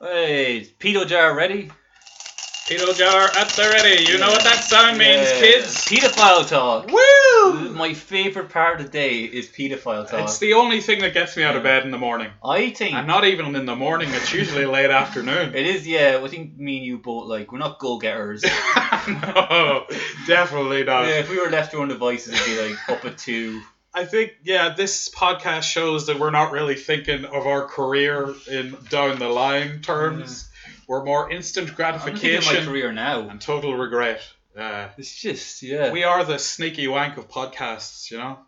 Hey, is Pito Jar ready? Pedo jar at the ready. You know what that sound means, Yeah. kids. Pedophile talk. Woo! My favorite part of the day is pedophile talk. It's the only thing that gets me out of bed in the morning. I think And not even in the morning, it's usually late afternoon. it is. Yeah, I think me and you both like we're not go getters. no, definitely not. yeah, if we were left to our own devices, it'd be like up at two. I think, yeah, this podcast shows that we're not really thinking of our career in down the line terms. We're more instant I'm thinking of my gratification career now. and total regret. Uh, It's just yeah. we are the sneaky wank of podcasts, you know?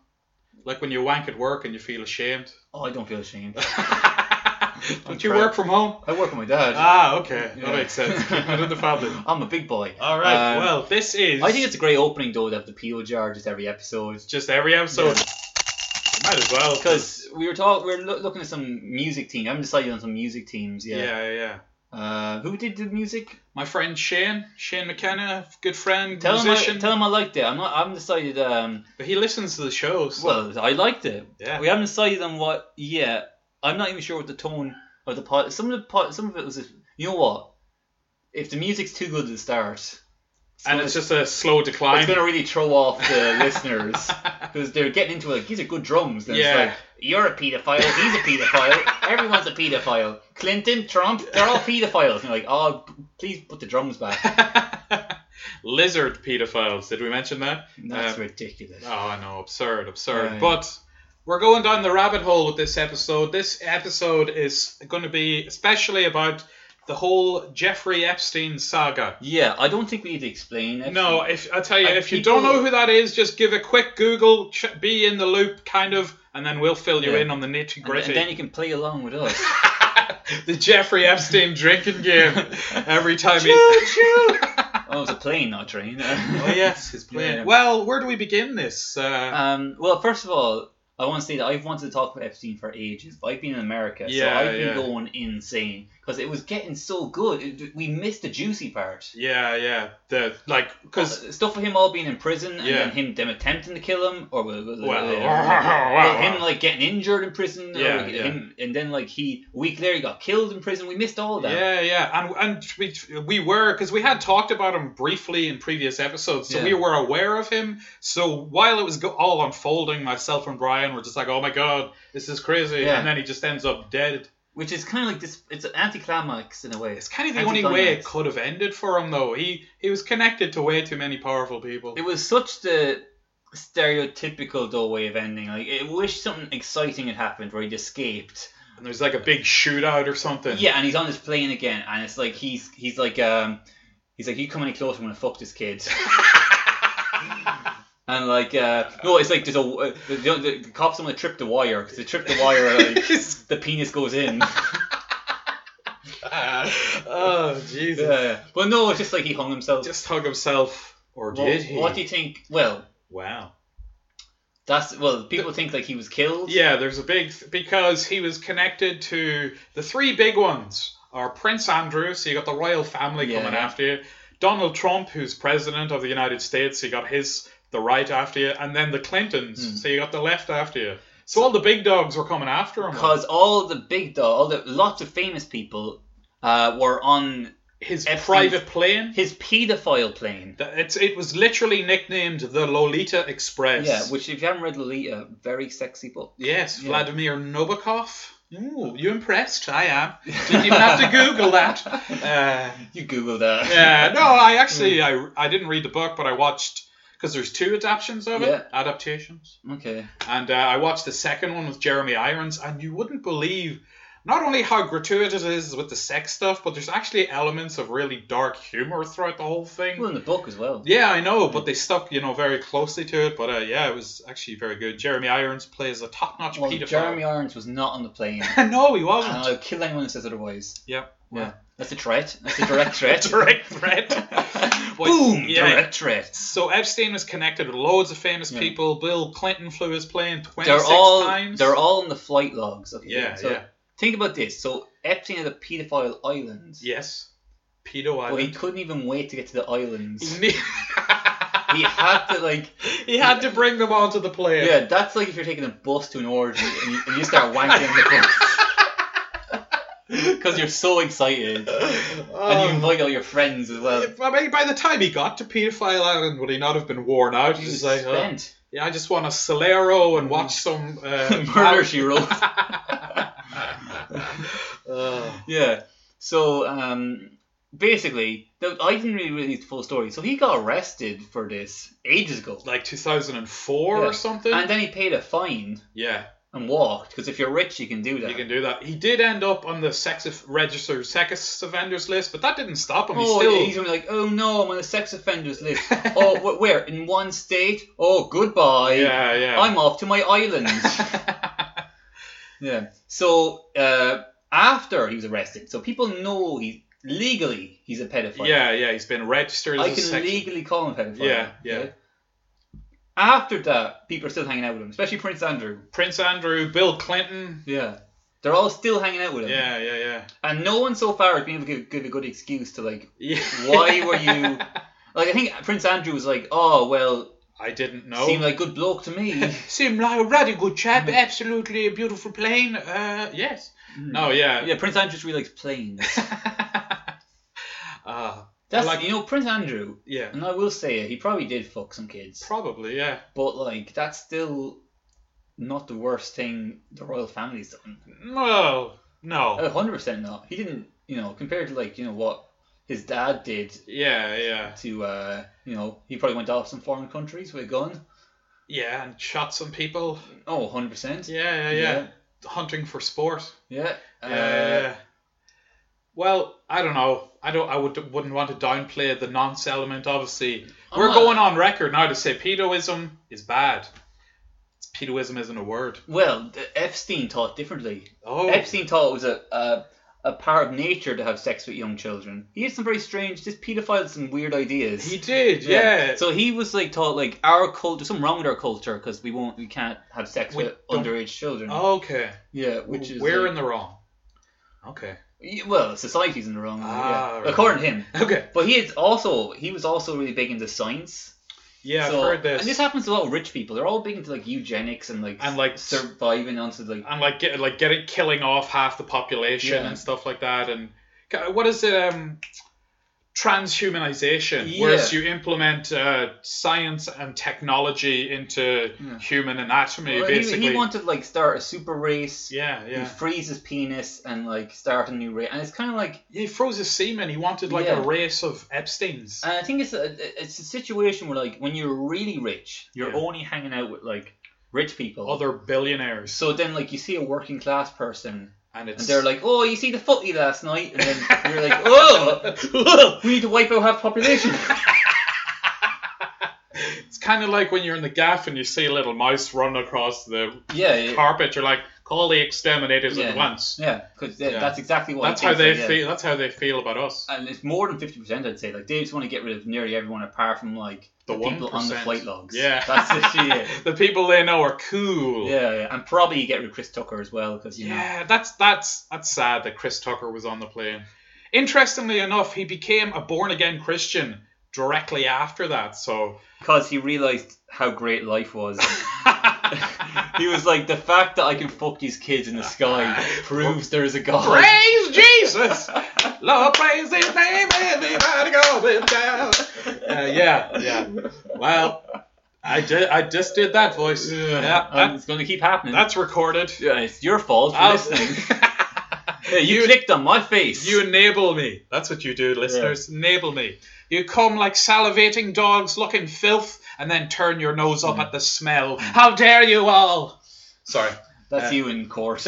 Like when you wank at work and you feel ashamed. oh, I don't feel ashamed. Don't you proud. work from home? I work with my dad. Ah, okay. Yeah. That makes sense. Keeping it in the family. I'm a big boy. All right. Um, well, this is. I think it's a great opening though to have the pedo jar just every episode. just every episode. Might as well. Because we were talking, we were loo- looking at some music team. I haven't decided on some music teams Yeah. yet. yeah, yeah. Uh, who did the music? My friend Shane, Shane McKenna, good friend, Tell him, I, musician. tell him I liked it. I'm not. I haven't decided. Um, But he listens to the show. So well, I liked it. yeah. We haven't decided on what yet. I'm not even sure what the tone of the pot. Some of the pot. Some of it was. Just, you know what? If the music's too good at the start, it's and gonna- it's just a slow decline. it's gonna really throw off the listeners because they're getting into it. Like, these are good drums. Then Yeah. it's like you're a pedophile. He's a pedophile. everyone's a pedophile. Clinton, Trump, they're all pedophiles. And you're like, oh, p- please put the drums back. Lizard pedophiles. Did we mention that? That's Um, ridiculous. Oh, I know. Absurd, absurd. Yeah, yeah. But we're going down the rabbit hole with this episode. This episode is going to be especially about the whole Jeffrey Epstein saga. Yeah, I don't think we need to explain. it. No, if I tell you, And if you don't people- know who that is, just give a quick Google, ch- be in the loop, kind of, and then we'll fill you Yeah. in on the nitty and, th- gritty. and then you can play along with us. the Jeffrey Epstein drinking game. Every time he. Choo-choo. oh, it's a plane, not a train. Oh yes, his plan. Yeah. Well, where do we begin this? Uh, Um, well, first of all, I want to say that I've wanted to talk about Epstein for ages, but I've been in America, Yeah, so I've been yeah. going insane because it was getting so good. It, we missed the juicy part. yeah, yeah. The like, because Uh, stuff with him all being in prison and Yeah. then him them attempting to kill him, or well, well, Well, uh, well, him like getting injured in prison, Yeah, or yeah. him, and then like he a week later he got killed in prison. We missed all that. yeah, yeah, and and we we were because we had talked about him briefly in previous episodes, so Yeah. we were aware of him. So while it was go- all unfolding, myself and Brian were just like, "Oh my god, this is crazy!" Yeah. And then he just ends up dead. which is kind of like this. It's an anticlimax in a way. It's kind of the only way it Anticlimax. could have ended for him, though. He he was connected to way too many powerful people. It was such the stereotypical though way of ending. Like, I wish something exciting had happened where he'd escaped. And there's like a big shootout or something. Yeah, and he's on his plane again, and it's like he's he's like um he's like you come any closer, I'm gonna fuck this kid. And like uh no, it's like there's a uh, the, the, the cops on to trip the wire because they trip the wire uh, like the penis goes in. oh Jesus! Yeah. But no, it's just like he hung himself. Just hug himself, or Well, did he? What do you think? Well, wow. that's well people think like he was killed. Yeah, there's a big because he was connected to the three big ones are Prince Andrew, so you got the royal family Yeah. coming after you. Donald Trump, who's president of the United States, so you got his the right after you, and then the Clintons, Hmm. so you got the left after you. So all the big dogs were coming after him. Because all the big dog, all the lots of famous people uh, were on his Epstein's- private plane. his paedophile plane. that- It's it was literally nicknamed the Lolita Express. Yeah, which if you haven't read Lolita, very sexy book. Yes, Yeah. Vladimir Nobokov. Ooh, you impressed? I am. Didn't even have to Google that. Uh, You Google that. yeah, no, I actually I, I didn't read the book, but I watched because there's two adaptations of it, Yeah. adaptations, Okay. and uh, I watched the second one with Jeremy Irons, and you wouldn't believe not only how gratuitous it is with the sex stuff, but there's actually elements of really dark humor throughout the whole thing. Well, in the book as well. yeah, I know, but they stuck, you know, very closely to it. But uh, yeah, it was actually very good. Jeremy Irons plays a top-notch Well, pedophile. Jeremy Oh, Irons was not on the plane. no, he and wasn't. I'll Uh, kill anyone who says otherwise. Yep. Yeah. That's a threat. That's a direct threat. Direct threat. Well, Boom! yeah. Direct threat. So Epstein was connected with loads of famous Yeah. people. Bill Clinton flew his plane 26 They're all times. they're all in the flight logs. Okay. Yeah, so yeah. Think about this. So Epstein had a paedophile island. Yes. Pedo But he Island. couldn't even wait to get to the islands. He, ne- he had to like He had to bring them onto the plane. yeah that's like if you're taking a bus to an orgy and you, and you start wanking on the bus Because you're so excited. And Um, you invite all your friends as well. I mean, by the time he got to Pedophile Island, would he not have been worn out? He He's was like, oh, spent. Mm. yeah, I just want a Solero and watch some uh, Murder, she wrote. Uh, yeah. So um, basically, the, I didn't really read the full story. So he got arrested for this ages ago, like 2004 Yeah. or something. and then he paid a fine yeah, and walked because if you're rich, you can do that. you can do that. He did end up on the sex of, registered sex offenders list, but that didn't stop him. He Oh, still. he's gonna be like, oh no, I'm on a sex offenders list. oh, wh- where? In one state? Oh, goodbye. yeah, yeah. I'm off to my island. yeah. So uh, after he was arrested, so people know he legally he's a pedophile. yeah, yeah. He's been registered I as a can sex. legally call him a pedophile. Yeah, yeah. right? After that, people are still hanging out with him, especially Prince Andrew. Prince Andrew, Bill Clinton. Yeah. They're all still hanging out with him. Yeah, yeah, yeah. And no one so far has been able to give, give a good excuse to, like, yeah. why were you. Like, I think Prince Andrew was like, oh, well, I didn't know. seemed like good bloke to me. Seemed like a rather good chap. Absolutely a beautiful plane. Uh, yes. No, yeah. Hmm. yeah, Prince Andrew's really likes planes. Uh, That's, like- you know, Prince Andrew, yeah. and I will say it, he probably did fuck some kids. Probably, yeah. But, like, that's still not the worst thing the royal family's done. Well, no. A hundred percent not. He didn't, you know, compared to like you know what his dad did Yeah, yeah. to, uh, you know, he probably went off some foreign countries with a gun. Yeah, and shot some people. Oh, 100 percent. Yeah, yeah, yeah. Hunting for sport. yeah. Uh, Yeah. well, I don't know. I don't. I would wouldn't want to downplay the nonce element. Obviously, I'm we're not- going on record now to say pedoism is bad. It's, pedoism isn't a word. Well, th- Epstein thought differently. Oh, Epstein thought it was a, a a part of nature to have sex with young children. He had some very strange. This paedophile had some weird ideas. he did. Yeah. So he was like taught like our culture, there's something wrong with our culture because we won't, we can't have sex We with don't- Oh. underage children. okay. yeah, which is we're like- in the wrong. Okay. Yeah, Well, society's in the wrong. way, Ah, yeah. right. According to him, Okay. but he is also he was also really big into science. Yeah, So- I've heard this. And this happens to a lot of rich people. They're all big into like eugenics and like And, like, surviving onto like and like get like getting killing off half the population Yeah. and stuff like that and ca- what is it um transhumanization Yeah. whereas you implement uh, science and technology into Yeah. human anatomy Well, he- basically He, wanted like start a super race. yeah He yeah frees his penis and like start a new race, and it's kind of like he froze his semen he wanted like Yeah. a race of epsteins and I think it's a it's a situation where like when you're really rich, you're Yeah. only hanging out with like rich people. other billionaires so then like you see a working class person And and it's they're like, "Oh, you see the footy last night," and then you're like, "Oh, we need to wipe out half the population." it's kind of like when you're in the gaff and you see a little mouse run across the Yeah, yeah, carpet you're like call the exterminators Yeah. at once yeah, because Yeah. that's exactly what. I that's how think, they yeah. feel that's how they feel about us And it's more than fifty percent, I'd say. Like they just want to get rid of nearly everyone apart from like The people on the 1%. flight logs. Yeah. that's literally it. the people they know are cool. Yeah, yeah, and probably get rid of Chris Tucker as well because you know. Yeah, that's that's that's sad that Chris Tucker was on the plane. Interestingly enough, he became a born again Christian directly after that. So Because he realized how great life was. he was like, the fact that I can fuck these kids in the sky proves there is a God. praise Jesus, Uh, Lord praise His name, everybody goes down. Uh, yeah, yeah. Well, I did. I just did that voice. Yeah, and that, it's going to keep happening. that's recorded. Yeah, it's your fault for I'll- listening. Yeah, you, clicked on my face. You enable me. That's what you do, listeners. Enable me. You come like salivating dogs looking filth and then turn your nose Mm. up at the smell. How dare you all! Sorry. That's Yeah. you in court.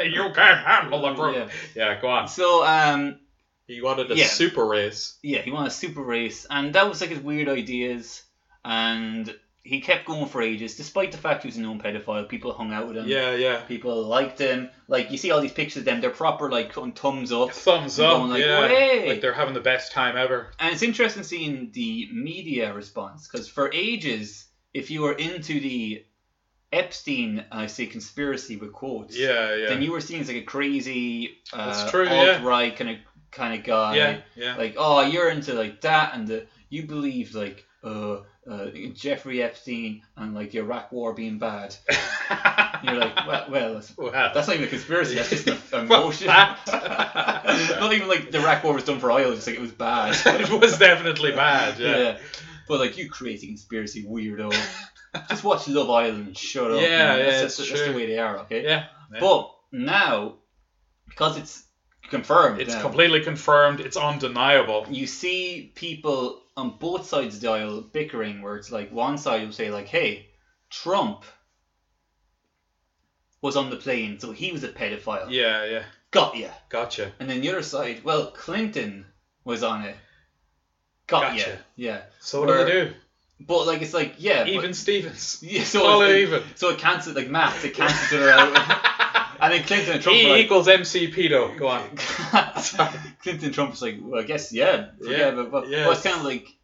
you can't handle the broom. Yeah. Yeah. go on. so um, He wanted a Yeah. super race. yeah, he won a super race, and that was like his weird ideas, and he kept going for ages, despite the fact he was a known pedophile. People hung out with him. Yeah, yeah. People liked him. Like you see all these pictures of them, they're proper like on thumbs up. Thumbs Going up, like, yeah. "Way!" Like they're having the best time ever. And it's interesting seeing the media response because for ages, if you were into the Epstein, I say conspiracy with quotes. Yeah, yeah. then you were seen as like a crazy uh, That's true, yeah. alt-right kind of kind of guy yeah, yeah. like oh you're into like that and the, you believe like uh, uh, jeffrey epstein and like the iraq war being bad And you're like, well, well that's, Wow. that's not even a conspiracy. That's just a, a Well, motion. fact. not even like the Iraq war was done for oil. It's like it was bad. it was definitely bad. Yeah. yeah. But like you create a conspiracy weirdo. just watch Love Island. and Shut up. Yeah, man. yeah, That's, that's, it's that's the true. way they are. Okay. Yeah, yeah. But now, because it's confirmed, It's now, completely confirmed. It's undeniable. you see people on both sides of the aisle bickering, where it's like one side will say like, "Hey, Trump was on the plane, so he was a pedophile. Yeah, yeah. Got ya." Gotcha. And then the other side, well, Clinton was on it. Got ya. Gotcha. Yeah. So what Where- do they do? But like, it's like yeah, but- Even Stevens. Yeah, so Call it's- it it- even. So it cancels like maths. It cancels it out. and then Clinton and Trump. E were like, equals MC pedo. Go on. Clinton and Trump was like, well, I guess yeah, Yeah, yeah, but, but yeah, well, it's it's- kind of like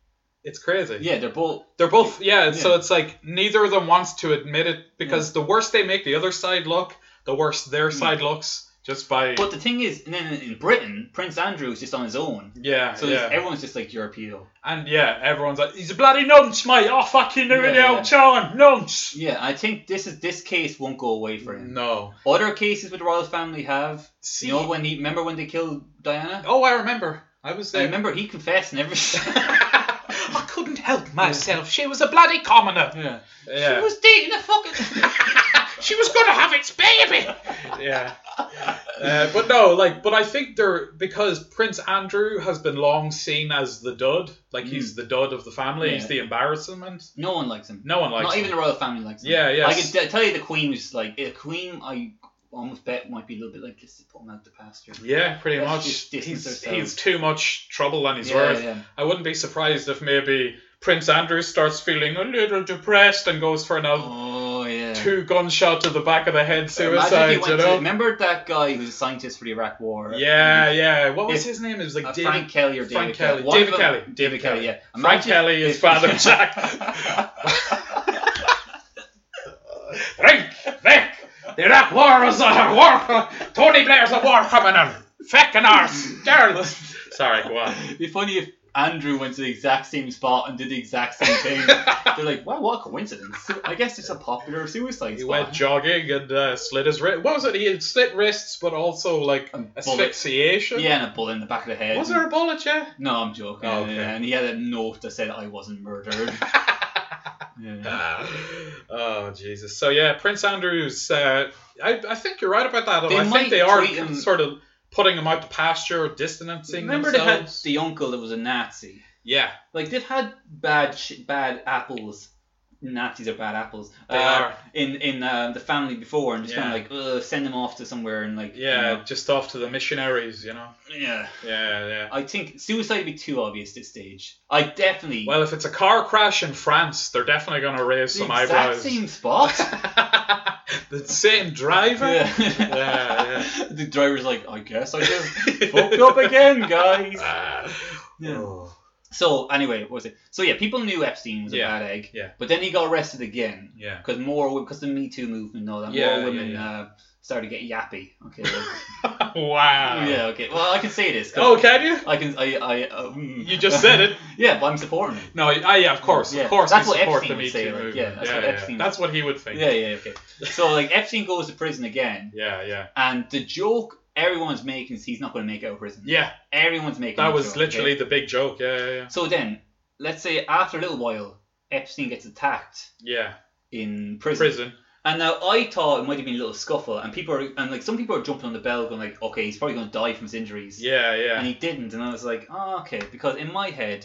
It's crazy. yeah, they're both They're both, yeah, so Yeah. it's like neither of them wants to admit it because the worse they make the other side look, the worse their side looks just by. But the thing is, and then in Britain, Prince Andrew is just on his own. yeah, So yeah. there's everyone's just like, you're a pedo. and yeah, everyone's like, he's a bloody nonce, mate. Oh, fucking knew it Yeah. out, John. Nonce. Yeah, I think this is this case won't go away for him. No. Other cases with the royal family have. See, You know when he remember when they killed Diana? oh, I remember. I was I there. remember he confessed and everything. I couldn't help myself. She was a bloody commoner. yeah. Yeah. She was dating a fucking. she was gonna have its baby. yeah. Uh, but no, like, but I think they're because Prince Andrew has been long seen as the dud, like he's the dud of the family, Mm. he's Yeah. the embarrassment. No one likes him. No one likes Not him. even the royal family likes him. Yeah, yeah. I can t- tell you the queen was like the queen. I almost bet might be a little bit like just put him out the pasture. yeah, pretty Let's much. just distance He's, ourselves. he's too much trouble than he's Yeah, worth. yeah. I wouldn't be surprised if maybe Prince Andrew starts feeling a little depressed and goes for another Oh yeah. two gunshot to the back of the head Imagine he suicide, went to- you know? remember that guy who was a scientist for the Iraq War? Yeah, yeah. What was If- his name? It was Uh, like David Frank Kelly or David Frank Kelly. Kelly. One of David them- Kelly. David, Kelly, yeah. Frank Imagine Kelly if- is Father Jack. Drink, Vic. The Iraq War was a war. Tony Blair's a war criminal. Feckin' arse. Girls. Sorry, go on. It'd be funny if Andrew went to the exact same spot and did the exact same thing. They're like, wow, what a coincidence. I guess it's a popular suicide He spot. went jogging and uh, slit his wrist. What was it? He had slit wrists, but also like And bullet. asphyxiation. Yeah, and a bullet in the back of the head. Was there a bullet? Yeah. No, I'm joking. Oh, okay. Yeah, and he had a note that said I wasn't murdered. yeah. oh Jesus! So yeah, Prince Andrew's. Uh, I I think you're right about that. They I might think they are treat him- sort of putting him out to pasture, distancing Remember they had themselves. the uncle that was a Nazi. Yeah, Like they've had bad sh- bad apples. Nazis are bad apples. They uh, are. in in um, the family before and just Yeah. kind of like Ugh, send them off to somewhere and like yeah, just off to the missionaries, you know. you know, yeah. Yeah, yeah. I think suicide would be too obvious this stage. I definitely Well, if it's a car crash in France, they're definitely going to raise the some exact eyebrows. same spot. the same driver. yeah. Yeah, the driver's like, I guess I just fucked up again, guys. Ah. Yeah. Oh. So anyway, what was it? So yeah, people knew Epstein was Yeah, a bad egg. yeah. But then he got arrested again Yeah. because more because the Me Too movement and all that. Yeah, more yeah, women yeah. Uh, started getting yappy. Okay. wow. yeah. Okay. Well, I can say this. 'cause Oh, can you? I can. I. I. Uh, mm. You just said it. yeah, but I'm supporting him. No, ah, yeah, of course, Yeah, of course. that's we what support Epstein the would Me say, Too like, movement. yeah, that's what Epstein would- That's what he would think. Yeah. Yeah. Okay. So like Epstein goes to prison again, yeah, yeah. and the joke everyone's making is he's not going to make it out of prison. Yeah, Everyone's making that the was joke, literally okay? the big joke. Yeah, yeah, yeah. So then, let's say after a little while, Epstein gets attacked Yeah, in prison. prison. And now I thought it might have been a little scuffle, and people are and like some people are jumping on the bell, going like, okay, he's probably going to die from his injuries, Yeah, yeah. and he didn't, and I was like, oh, okay, because in my head,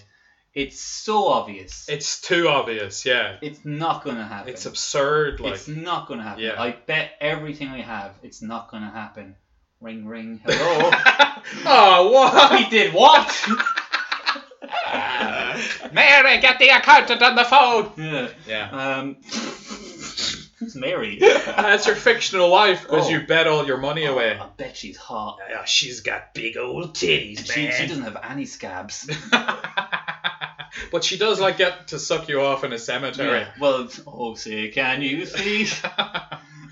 it's so obvious, It's too obvious. Yeah, it's not going to happen. it's absurd. Like, It's not going to happen. Yeah. I bet everything I have, it's not going to happen. Ring, ring, hello. oh, what? he did what? Mary, get the accountant on the phone. yeah. Yeah. Um, who's Mary? That's your fictional wife because Oh. you bet all your money away. I bet she's hot. Yeah, she's got big old titties, She, she doesn't have any scabs. but she does like get to suck you off in a cemetery. Yeah, Well, oh, say, can you see?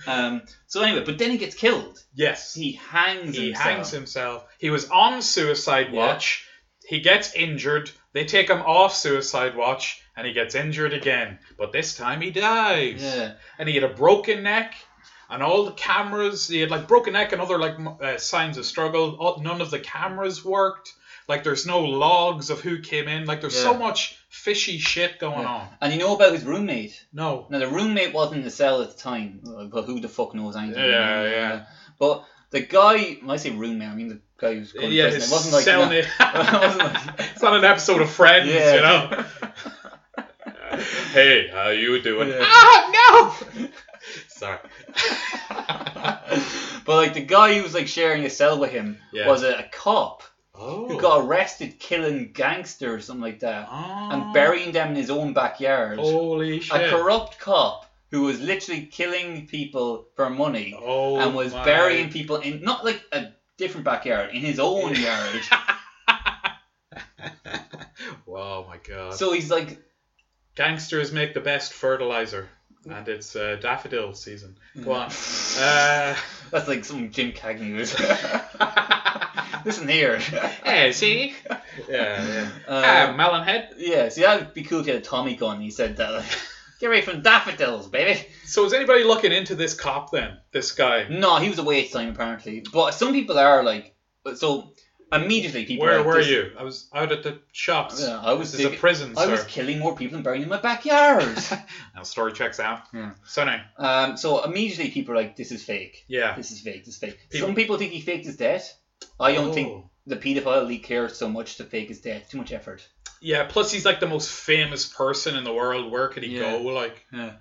um, so anyway, but then he gets killed. Yes. He hangs he himself. hangs himself. He was on suicide Yeah. watch. He gets injured. They take him off suicide watch, and he gets injured again. But this time he dies. Yeah. And he had a broken neck. and all the cameras he had like broken neck and other like m- uh, signs of struggle. All, none of the cameras worked. Like there's no logs of who came in. Like there's so Yeah. much fishy shit going Yeah. on. And you know about his roommate. No. Now the roommate wasn't in the cell at the time, uh, but who the fuck knows anything? Yeah, yeah. But the guy, when I say roommate, I mean the guy who's going to Yeah, prison. his It wasn't like no- cellmate. It wasn't like- it's not an episode of Friends, Yeah. you know. hey, how you doing? Yeah. Ah, no. Sorry. but like the guy who was like sharing a cell with him Yeah. was a, a cop Oh. who got arrested killing gangsters or something like that Oh. and burying them in his own backyard. Holy a shit. corrupt cop who was literally killing people for money oh, and was my. burying people in not like a different backyard in his own yard. Wow, Oh my god. So he's like, Gangsters make the best fertilizer, and it's uh, daffodil season. Go on. Mm. that's like some Jim Cagney. was- Uh, Listen here. Hey, see? Yeah, yeah. Um. Uh, melon head. yeah, see that would be cool if you had a Tommy gun. and He said that. Like, Get away from daffodils, baby. So is anybody looking into this cop then? This guy. No, he was away at the time apparently. But some people are like, so immediately people. are Where like, were this- you? I was out at the shops. Yeah, I was This is a digging- prison, I sir. was killing more people than burying in my backyard. Now story checks out. Yeah. So now, um, so immediately people are like, this is fake. yeah. This is fake. This is fake. People- Some people think he faked his death. I don't Oh. think the paedophile league cares so much to fake his death. Too much effort. Yeah. Plus, he's like the most famous person in the world. Where could he Yeah. go? Like, Yeah.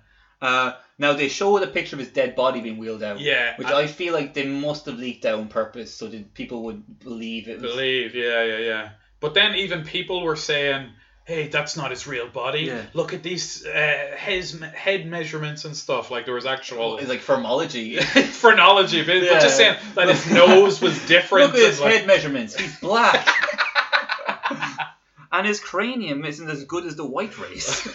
Uh, now they show the picture of his dead body being wheeled out. yeah. Which I I feel like they must have leaked out on purpose so that people would believe it was. believe. Yeah, yeah, yeah. But then even people were saying, "Hey, that's not his real body. Yeah. Look at these uh, his head measurements and stuff." Like there was actual. It's like formology. phrenology, but, but Yeah. just saying that his nose was different. Look at his and, like, head measurements. He's black. and his cranium isn't as good as the white race.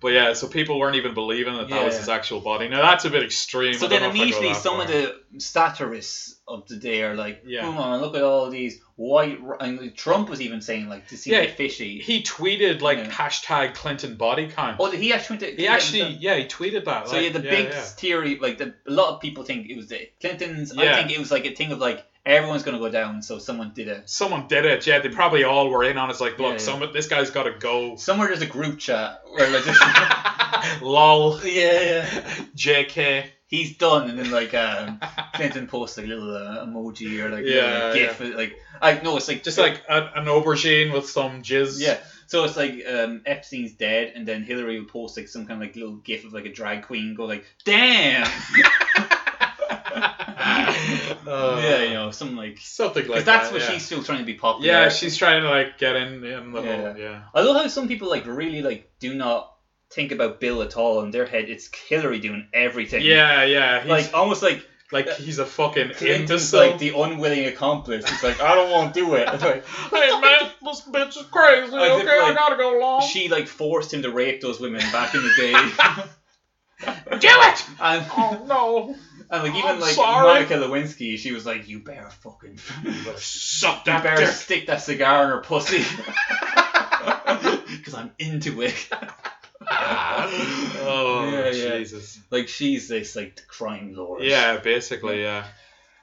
But yeah, so people weren't even believing that that was Yeah. his actual body. Now that's a bit extreme. so I don't then know if I go immediately that some of far. the satirists of the day are like, Yeah. come on, look at all these white. ra- And Trump was even saying, like, this seems Yeah. yeah. fishy. he tweeted like Yeah. hashtag Clinton body count. Oh, did he actually went to. uh, he actually yeah he tweeted that. So like, yeah, the big yeah. theory, like the, a lot of people think it was the Clintons. Yeah. I think it was like a thing of like everyone's gonna go down, so someone did it. Someone did it. Yeah, they probably all were in on. it. It's like, Yeah, look, yeah. some this guy's got to go. Somewhere there's a group chat where like, just, Lol. yeah, yeah, Jk. he's done, and then like um, Clinton posts like a little uh, emoji or like Yeah, yeah, gif, like I no, it's like Just like an, an aubergine with some jizz. yeah. So it's like um, Epstein's dead, and then Hillary will post like some kind of like little gif of like a drag queen go like damn, Uh, yeah, you know, something like. Something like Because that's that. what yeah. she's still trying to be popular. Yeah, she's trying to like get in in the Yeah. whole yeah. I love how some people like really like do not think about Bill at all in their head. It's Hillary doing everything. Yeah, yeah. He's like like, almost like he's a fucking Clinton's imbecile. like the unwilling accomplice. He's like, I don't want to do it. Like, hey man, this bitch is crazy. As if, okay, I like, gotta go along. she like forced him to rape those women back in the day, Do it! and Oh no. and like I'm even like sorry. Monica Lewinsky, she was like, you better fucking, you Suck that better dick. stick that cigar in her pussy, because I'm into it. oh Yeah, yeah. Jesus. Like she's this like the crime lord. Yeah, basically, yeah.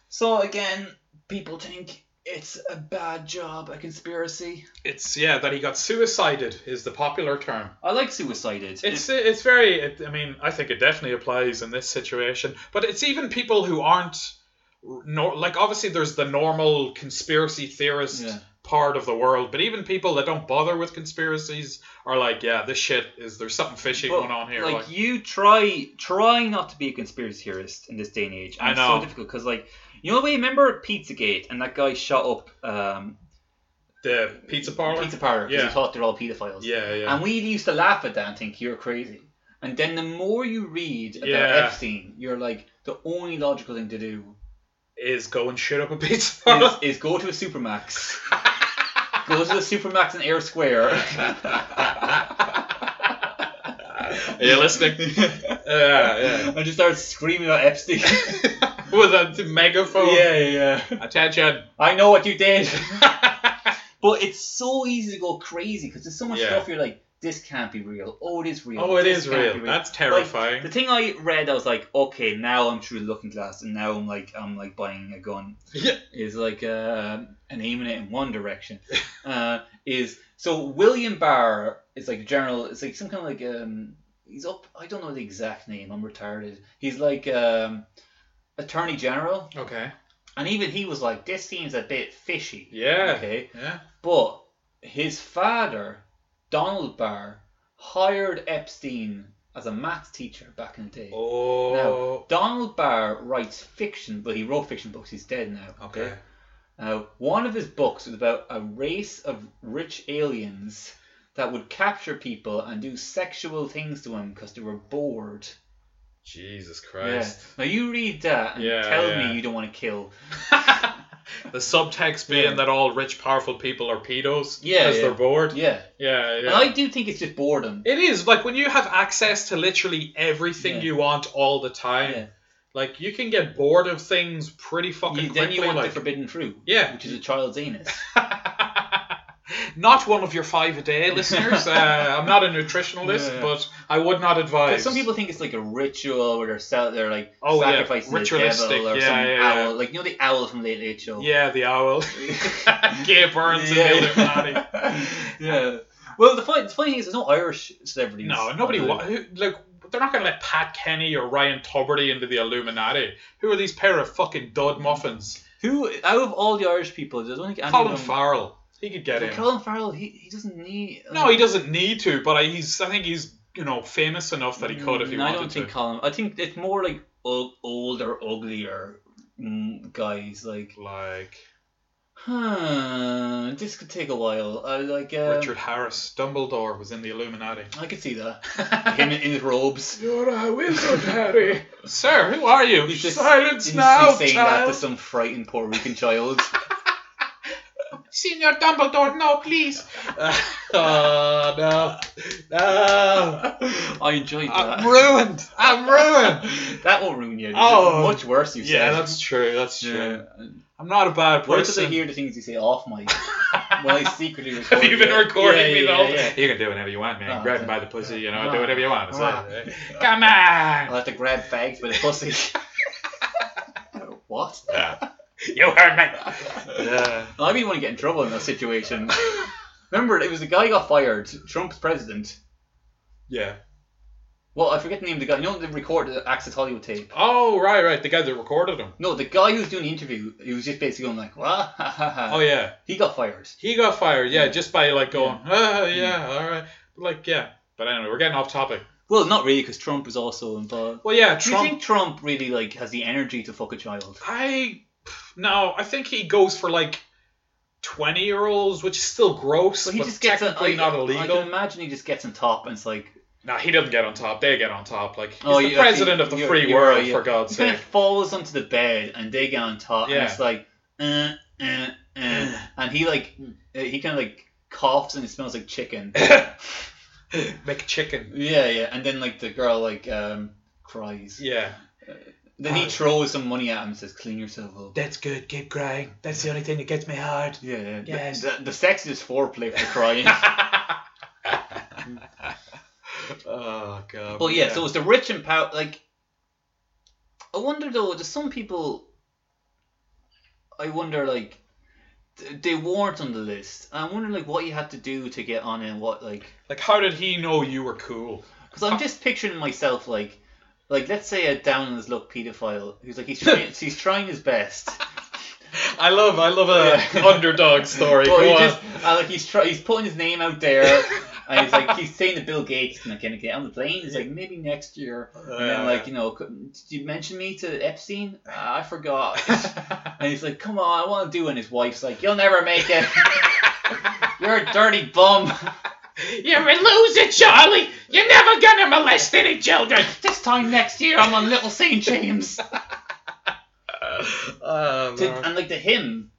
So again, people think it's a bad job, a conspiracy. It's yeah that he got suicided is the popular term. I like suicided. It's it's very. It, I mean, I think it definitely applies in this situation. But it's even people who aren't, nor like obviously there's the normal conspiracy theorist Yeah. part of the world, but even people that don't bother with conspiracies are like, yeah, this shit is there's something fishy But, going on here. like, Like, you try try not to be a conspiracy theorist in this day and age. And I it's know. so difficult because like you know the way remember Pizzagate and that guy shot up um, the pizza parlor. pizza parlor because Yeah. he thought they're all pedophiles. Yeah, yeah. And we used to laugh at that and think you're crazy. And then the more you read about Yeah. Epstein, you're like the only logical thing to do is going shit up a pizza is, parlor. is go to a supermax. go to the supermax in Air Square. Are you listening? yeah, yeah. I just started screaming at Epstein. With a megaphone. yeah, Attention. I know what you did. But it's so easy to go crazy because there's so much Yeah. stuff you're like, this can't be real. Oh, it is real. Oh, it This is can't be real. That's terrifying. the thing I read, I was like, okay, now I'm through the looking glass, and now I'm like, I'm like buying a gun. Yeah. Is like uh, an aiming it in one direction. Uh, is so William Barr is like a general. It's like some kind of like um, he's up. I don't know the exact name. I'm retarded. He's like um, attorney general, okay. and even he was like, this seems a bit fishy. Yeah. Okay. Yeah. But his father, Donald Barr, hired Epstein as a maths teacher back in the day. Oh. Donald Barr writes fiction, but he wrote fiction books. He's dead now. okay. Now, one of his books was about a race of rich aliens that would capture people and do sexual things to them because they were bored. Jesus Christ. Yeah. Now you read that and Yeah, tell yeah. me you don't want to kill. the subtext being Yeah. that all rich, powerful people are pedos. Yeah, Because yeah. they're bored. Yeah. Yeah. Yeah. And I do think it's just boredom. It is like when you have access to literally everything Yeah. you want all the time. Yeah. Like you can get bored of things pretty fucking You, quickly. then you want like, the forbidden fruit, yeah. which is a child's anus. Not one of your five a day listeners. uh, I'm not a nutritionalist, Yeah, yeah. but I would not advise. Because some people think it's like a ritual where they're sell- they're like Oh, yeah. sacrificing the Ritualistic. devil or Yeah, some yeah, yeah. owl, like you know the owl from Late Late Show. Yeah, the owl. Gabe Burns Yeah. and the Illuminati. yeah. Well, the funny, the funny thing is, there's no Irish celebrities. No, nobody. Uh, Wa- who, like they're not going to let Pat Kenny or Ryan Tuberty into the Illuminati. Who are these pair of fucking dud muffins? Who out of all the Irish people, there's only any Colin of them- Farrell. He could get But in. Colin Farrell, he, he doesn't need. No, he doesn't need to, but I, he's. I think he's you know famous enough that he could if he Mm, I wanted don't think to. Colin. I think it's more like o- older, uglier mm, guys. Like, Like huh, this could take a while. I like. Um, Richard Harris, Dumbledore was in the Illuminati. I could see that. Him in his robes. You're a wizard, Harry. Sir, who are you? He's just- Silence He's now, saying that to child. some frightened Puerto Rican child. Senior Dumbledore, no, please. oh no, no. I enjoyed that. I'm ruined. I'm ruined. that won't ruin you. Oh. Oh, much worse. You Yeah, said. that's true. That's true. Yeah. I'm not a Wait bad till person. they hear the things you say off mic. when I secretly record Have you been it. recording Yeah, me yeah, though? yeah, You can do whatever you want, man. Oh, Grab him okay. by the pussy, you know, Oh. do whatever you want. It's Oh. like, Come on! I'll have to grab fags by the pussy. what? You heard me! Yeah. I mean, want to get in trouble in that situation. Remember, it was the guy who got fired. Trump's president. Yeah. Well, I forget the name of the guy. You know, they recorded the Access Hollywood tape. Oh, right, right. The guy that recorded him. No, the guy who was doing the interview, he was just basically going like, "What?" Oh, yeah. He got fired. He got fired, yeah, just by, like, going, oh, yeah, all right. Like, yeah. But anyway, we're getting off topic. Well, not really, because Trump was also involved. Well, yeah, Do you Trump. think Trump really like has the energy to fuck a child? I. No, I think he goes for, like, 20 year olds, which is still gross, So but, he just gets on- technically I- not I illegal. can imagine he just gets on top and it's like, No, he doesn't get on top. They get on top. Like he's Oh, the yeah, president he- of the you're- free you're world, right, yeah. for God's he kind sake. of falls onto the bed and they get on top Yeah. and it's like, uh, uh, uh, and he like, uh, he kind of like coughs and it smells like chicken. McChicken. yeah, yeah, and then like the girl like um cries. Yeah. Then he throws some money at him and says, "Clean yourself up." That's good. Keep crying. That's the only thing that gets me hard. Yeah, yeah. The- Yes. The, the sex is foreplay for crying. oh god. But yeah, so it's the rich and power. Like, I wonder though. There's some people. I wonder like, th- they weren't on the list. I wonder like what you had to do to get on and what like. like, how did he know you were cool? Because I'm just picturing myself like, like let's say a down on his luck pedophile who's like he's trying, he's trying his best. I love, I love a Yeah. underdog story. But Go he on. just uh, like he's try, he's putting his name out there. And he's like, he's saying to Bill Gates, "Can I can I get on the plane?" He's like, "Maybe next year." And Uh, then, like, you know, "Could- did you mention me to Epstein? Uh, I forgot. and he's like, come on, I want to do it. And his wife's like, you'll never make it. You're a dirty bum. You're a loser, Charlie. You're never gonna molest any children. This time next year, I'm on Little St. James. Oh, To- Lord. and, like, to him,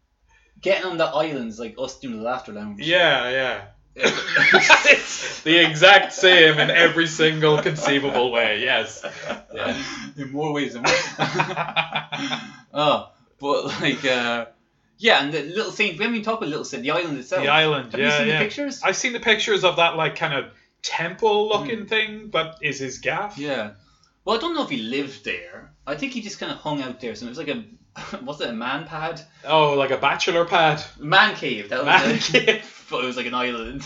getting on the islands, like us doing the laughter lounge. Yeah, yeah. it's the exact same in every single conceivable way. Yes. Yeah. In more ways than one. oh, but, like, uh, yeah, and the Little St. When we talk about Little St. the island itself. The island. Have yeah, you seen yeah. the pictures? I've seen the pictures of that like kind of temple looking thing that is his gaff. Hmm. Yeah. Well, I don't know if he lived there. I think he just kind of hung out there. So it was like a, what's it, a man pad? Oh, like a bachelor pad. Man cave. That was Man it. cave. But it was like an island.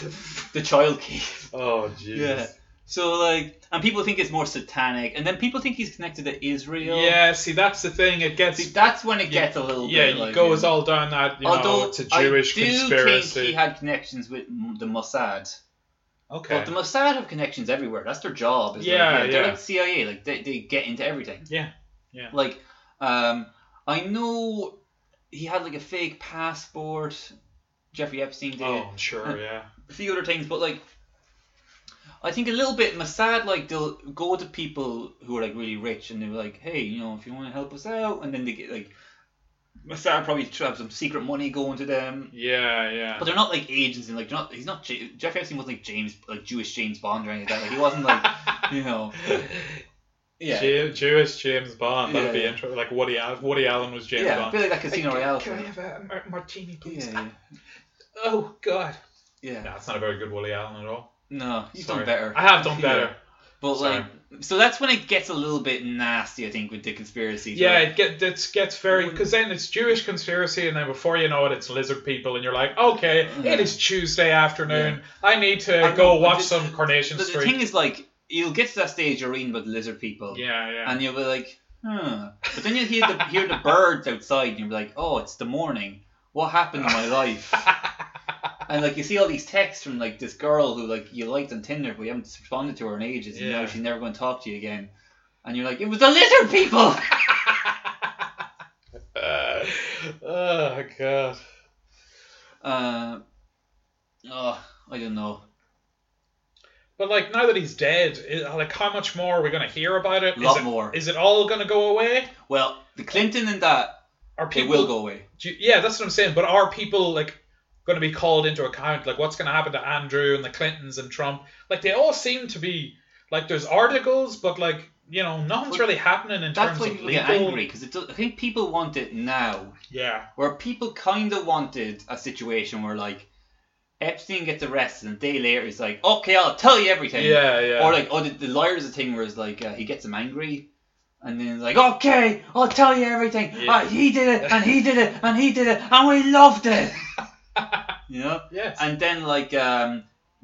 The child cave. Oh, jeez. Yeah. So, like, and people think it's more satanic. And then people think he's connected to Israel. Yeah, see, that's the thing. It gets. See, that's when it Yeah. gets a little yeah, bit. it like, goes all down that. You know, it's a Jewish I do conspiracy. think he had connections with m- the Mossad. okay. But the Mossad have connections everywhere. That's their job. is, like, Yeah, They're yeah. like CIA. Like they, they get into everything. Yeah, yeah. Like, um, I know he had like a fake passport. Jeffrey Epstein did oh, I'm sure. Yeah. a few other things, but like, I think a little bit Mossad like they'll go to people who are like really rich and they're like, hey, you know, if you want to help us out, and then they get like. Mossad probably have some secret money going to them. Yeah, yeah. But they're not like agents and like they're not. He's not. J- Jeffrey Epstein wasn't like James, like Jewish James Bond or anything like that. Like he wasn't like you know. Yeah. Jew- Jewish James Bond. That'd Yeah, be yeah. interesting. Like Woody, Al- Woody Allen was James yeah, a Bond. bit like that Casino Royale. Can I thing. have a mar- martini, please? Yeah, Oh God. yeah, yeah. That's not a very good Woody Allen at all. No, you've Sorry. done better. I have done Yeah. better. But Sorry. like, so that's when it gets a little bit nasty, I think, with the conspiracies. Yeah, like, "Oh, it get it gets very because then it's Jewish conspiracy, and then before you know it, it's lizard people, and you're like, okay, Yeah. it is Tuesday afternoon. I need to I know, go but watch the- some Carnation the, the Street. thing is, like, you'll get to that stage you're reading about lizard people, yeah, yeah. and you'll be like, hmm. But then you'll hear the hear the birds outside, and you'll be like, oh, it's the morning. What happened in my life? And like you see all these texts from like this girl who like you liked on Tinder, but you haven't responded to her in ages, and Yeah. now she's never going to talk to you again. And you're like, it was the lizard people. Uh, oh God. Uh, oh, I don't know. But like now that he's dead, i like how much more are we gonna hear about A it? Is lot it- more. Is it all gonna go away? Well, the Clinton and that Are they people will go away. Do you- yeah, that's what I'm saying. But are people like going to be called into account? Like, what's going to happen to Andrew and the Clintons and Trump? Like, they all seem to be like there's articles, but like you know, nothing's But really happening in That's terms why of people legal. get angry because I think people want it now, Yeah, where people kind of wanted a situation where like Epstein gets arrested and a day later he's like, okay, I'll tell you everything. yeah, yeah. Or like, oh, the, the lawyer's a thing where it's like uh, he gets him angry, and then he's like, okay, I'll tell you everything. Yeah. Uh, he did it, and he did it, and he did it, and we loved it. you know. yes. And then like um,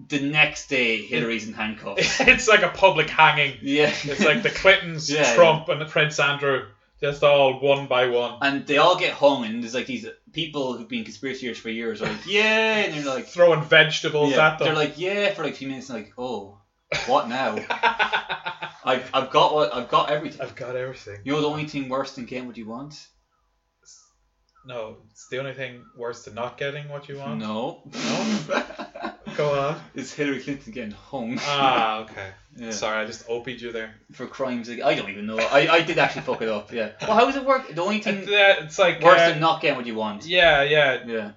the next day, Hillary's in handcuffs. it's like a public hanging. yeah. It's like the Clintons, Yeah, yeah. Trump, and Prince Andrew, just all one by one. And they all get hung, and there's like these people who've been conspiracy theorists for years are like, yeah, and they're like, throwing vegetables yeah. at they're them. like, yeah, for like a few minutes, and like, oh, what now? I've, I've got what I've got everything. I've got everything. You know the only thing worse than getting what you want? No, it's the only thing worse than not getting what you want. No. No? Go on. it's Hillary Clinton getting hung Ah, okay. Yeah. Sorry, I just opied you there. for crimes. ag- I don't even know. I, I did actually fuck it up. Yeah. Well, how does it work? The only It's, thing uh, it's like worse uh, than not getting what you want. yeah, yeah. Yeah.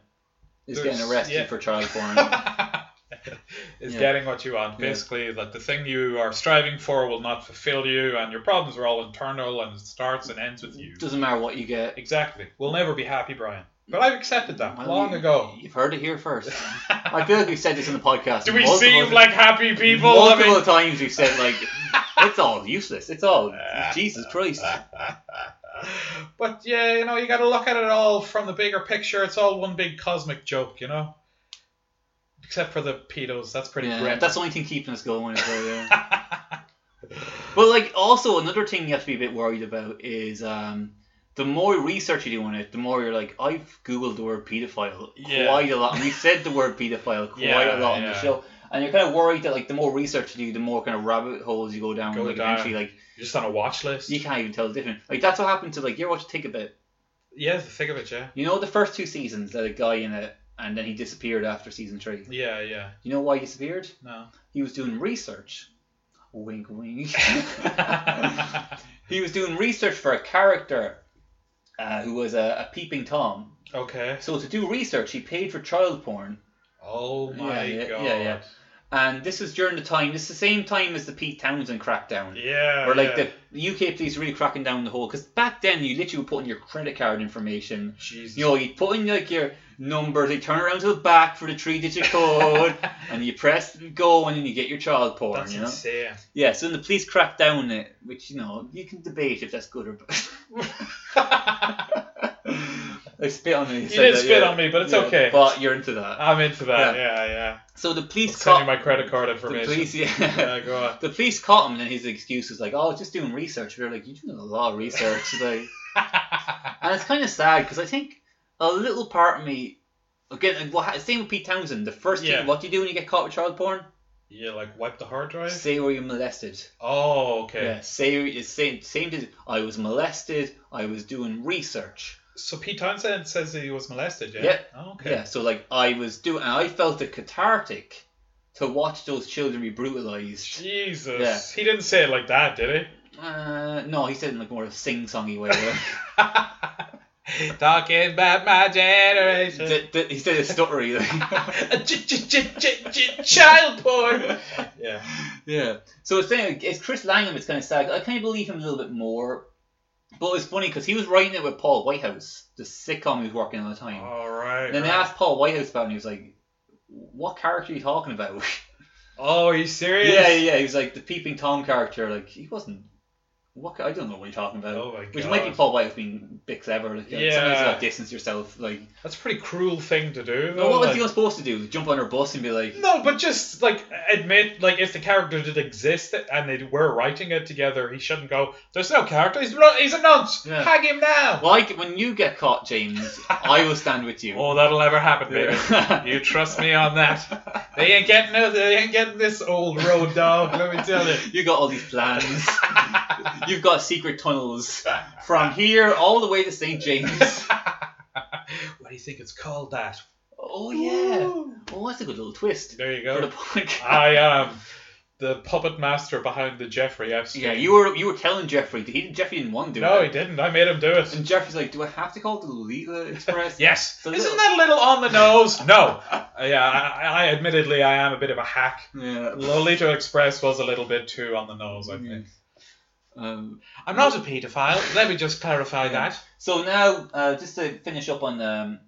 Is There's- getting arrested yeah. for child porn. Is Yeah. getting what you want. Yeah. Basically, that the thing you are striving for will not fulfill you, and your problems are all internal, and it starts and ends with you. Doesn't matter what you get. Exactly. We'll never be happy, Brian. But I've accepted that Well, long you- ago. You've heard it here first. I feel like we've said this in the podcast. Do we multiple- seem like happy people? I multiple mean- times we've said like it's all useless. It's all Jesus Christ. but yeah, you know, you got to look at it all from the bigger picture. It's all one big cosmic joke, you know. Except for the pedos, that's pretty Yeah, grim. that's the only thing keeping us going. As well, yeah. but like, also another thing you have to be a bit worried about is um, the more research you do on it, the more you're like, I've googled the word pedophile Yeah. quite a lot, and we said the word pedophile quite a Yeah, lot on the yeah. show, and you're kind of worried that like the more research you do, the more kind of rabbit holes you go down, Go like down. eventually like You're just on a watch list. you can't even tell the difference. Like that's what happened to like you're watching Take a Bit. Yeah, think of it, yeah. You know the first two seasons that a guy in it, and then he disappeared after season three. Yeah, yeah. You know why he disappeared? No. He was doing research. Wink, wink. he was doing research for a character uh, who was a, a peeping tom. okay. So to do research, he paid for child porn, Oh my Yeah, yeah, god. yeah, yeah. and this is during the time. This is the same time as the Pete Townsend crackdown. Yeah, Or like yeah. the UK police really cracking down the whole because back then you literally would put in your credit card information. Jesus. You know, you'd put in like your number. They turn around to the back for the three digit code, and you press go, and then you get your child porn. That's you know? insane. Yeah. So then the police crack down on it, which you know you can debate if that's good or bad. I spit on me. You did spit on me, but it's okay. But you're into that. I'm into that. Yeah, yeah. So the I'll police send you caught my credit card the information. police. Yeah. yeah, go on. The police caught him, and his excuse was like, "Oh, I was just doing research." They're like, "You're doing a lot of research." It's like, and it's kind of sad because I think a little part of me, again, like, what, same with Pete Townsend. The first Yeah. thing, what do you do when you get caught with child porn? yeah, like wipe the hard drive. Say where you molested. Oh, okay. Yeah, say it's same same. as, I was molested. I was doing research. So Pete Townsend says that he was molested. Yeah. Yeah. Oh, okay. Yeah, so like I was doing, and I felt it cathartic to watch those children be brutalized. Jesus. Yeah. He didn't say it like that, did Uh, no, he said it in like more of a sing-songy way. he? Talking about my generation. D- d- he said it stuttery. Like. Child porn. Yeah. Yeah. So it's saying it's Chris Langham. It's kind of sad. I kind of believe him a little bit more, but it's funny because he was writing it with Paul Whitehouse, the sitcom he was working on at the time. All right. and then they Oh, right. asked Paul Whitehouse about, it and he was like, "What character are you talking about?" Oh, are you serious? yeah, yeah. He was like the peeping tom character. Like he wasn't. What ca- I don't know what you're talking about. Oh my god. Which might be Paul Whitehouse being a bit clever. Like, yeah. Sometimes you Yeah. Oh gotta distance yourself. Like, That's a pretty cruel thing to do. no, what was like- he supposed to do? Jump on her bus and be like, No, but just like admit, like if the character did exist and they were writing it together, he shouldn't go. There's no character. He's not, he's a nonce. Yeah. Hang him now. "Like when you get caught, James, I will stand with you." Oh, that'll never happen, baby. Yeah. You trust me on that. They ain't getting no, they ain't getting this old road dog. Let me tell you. You got all these plans. You've got secret tunnels from here all the way to St. James. What do you think it's called? That. Oh, yeah. Oh, that's a good little twist There you for the go. Ah. podcast. I am the puppet master behind the Jeffrey Epstein. Yeah, you were you were telling Jeffrey that he Jeffrey didn't want to do No, he it. didn't. I made him do it. And Jeffrey's like, do I have to call it the Lolita Express? Yes. So Isn't little- that a little on the nose? No. Uh, yeah, I, I admittedly I am a bit of a hack. Yeah. Lolita Express was a little bit too on the nose, I think. Um, Mm. I'm not a paedophile. Let me just clarify that. so now, uh, just to finish up on um,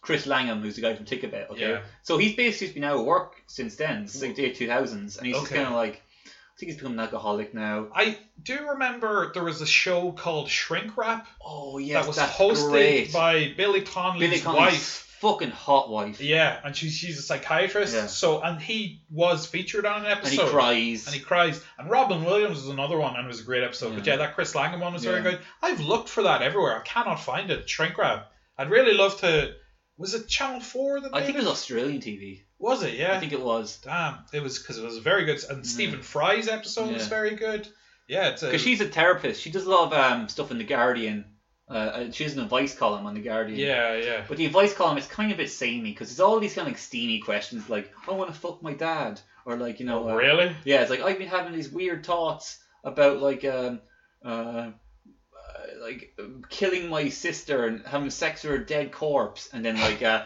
Chris Langham, who's the guy from Ticketbit. Okay. Yeah. So he's basically been out of work since then, since like the year 2000s, and he's just Okay. kind of like, I think he's become an alcoholic now. I do remember there was a show called Shrink Wrap Oh yeah, that was that's hosted great. by Billy Connolly's Billy Connolly's wife. fucking hot wife, Yeah, and she, she's a psychiatrist. Yeah. So and he was featured on an and episode. he cries. and he cries. And Robin Williams was another one, and it was a great episode. But Yeah. yeah, that Chris Langham one was Yeah. very good. I've looked for that everywhere. I cannot find it. Shrink Wrap. I'd really love to. Was it Channel Four that I made think it was Australian TV. Was it? Yeah. I think it was Damn, it was because it was very good. And Stephen Fry's episode was Yeah. very good. Yeah, it's a, because she's a therapist. She does a lot of um, stuff in the Guardian. Uh, Uh, she has an advice column on the Guardian. yeah, yeah. But the advice column is kind of a bit samey because it's all these kind of like steamy questions like I want to fuck my dad or like you know uh, Oh, really? yeah it's like I've been having these weird thoughts about like um uh, uh like um, killing my sister and having sex with her dead corpse and then like uh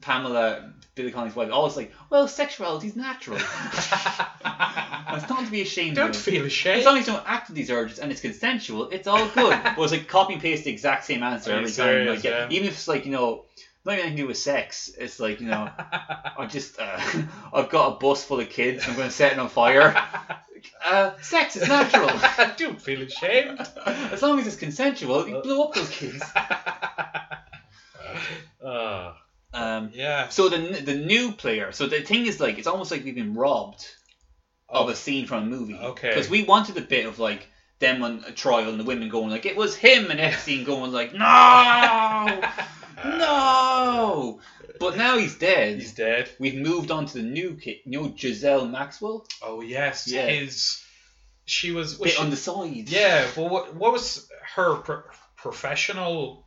Pamela Billy Connolly's wife always like well sexuality's natural it's not to be ashamed Don't of. feel As ashamed. long as you don't act on these urges and it's consensual, it's all good. but it's like copy and paste the exact same answer Are you every time. serious, Like, yeah, yeah? Even if it's like, you know, not even anything to do with sex. It's like, you know, I just, uh, I've got a bus full of kids and I'm going to set it on fire. Uh, sex is natural. Don't feel ashamed. as long as it's consensual, you blow up those kids. Uh, Um, yeah. so the the new player, so the thing is like, it's almost like we've been robbed of a scene from a movie. Oh. Okay. Because we wanted a bit of like them on a trial and the women going like it was him and Epstein going like no no but now he's dead Oh, He's dead. we've moved on to the new kid new Giselle Maxwell Oh yes. Yeah. His. She was. was bit she- on the side Yeah, well, what, what was her pro- professional?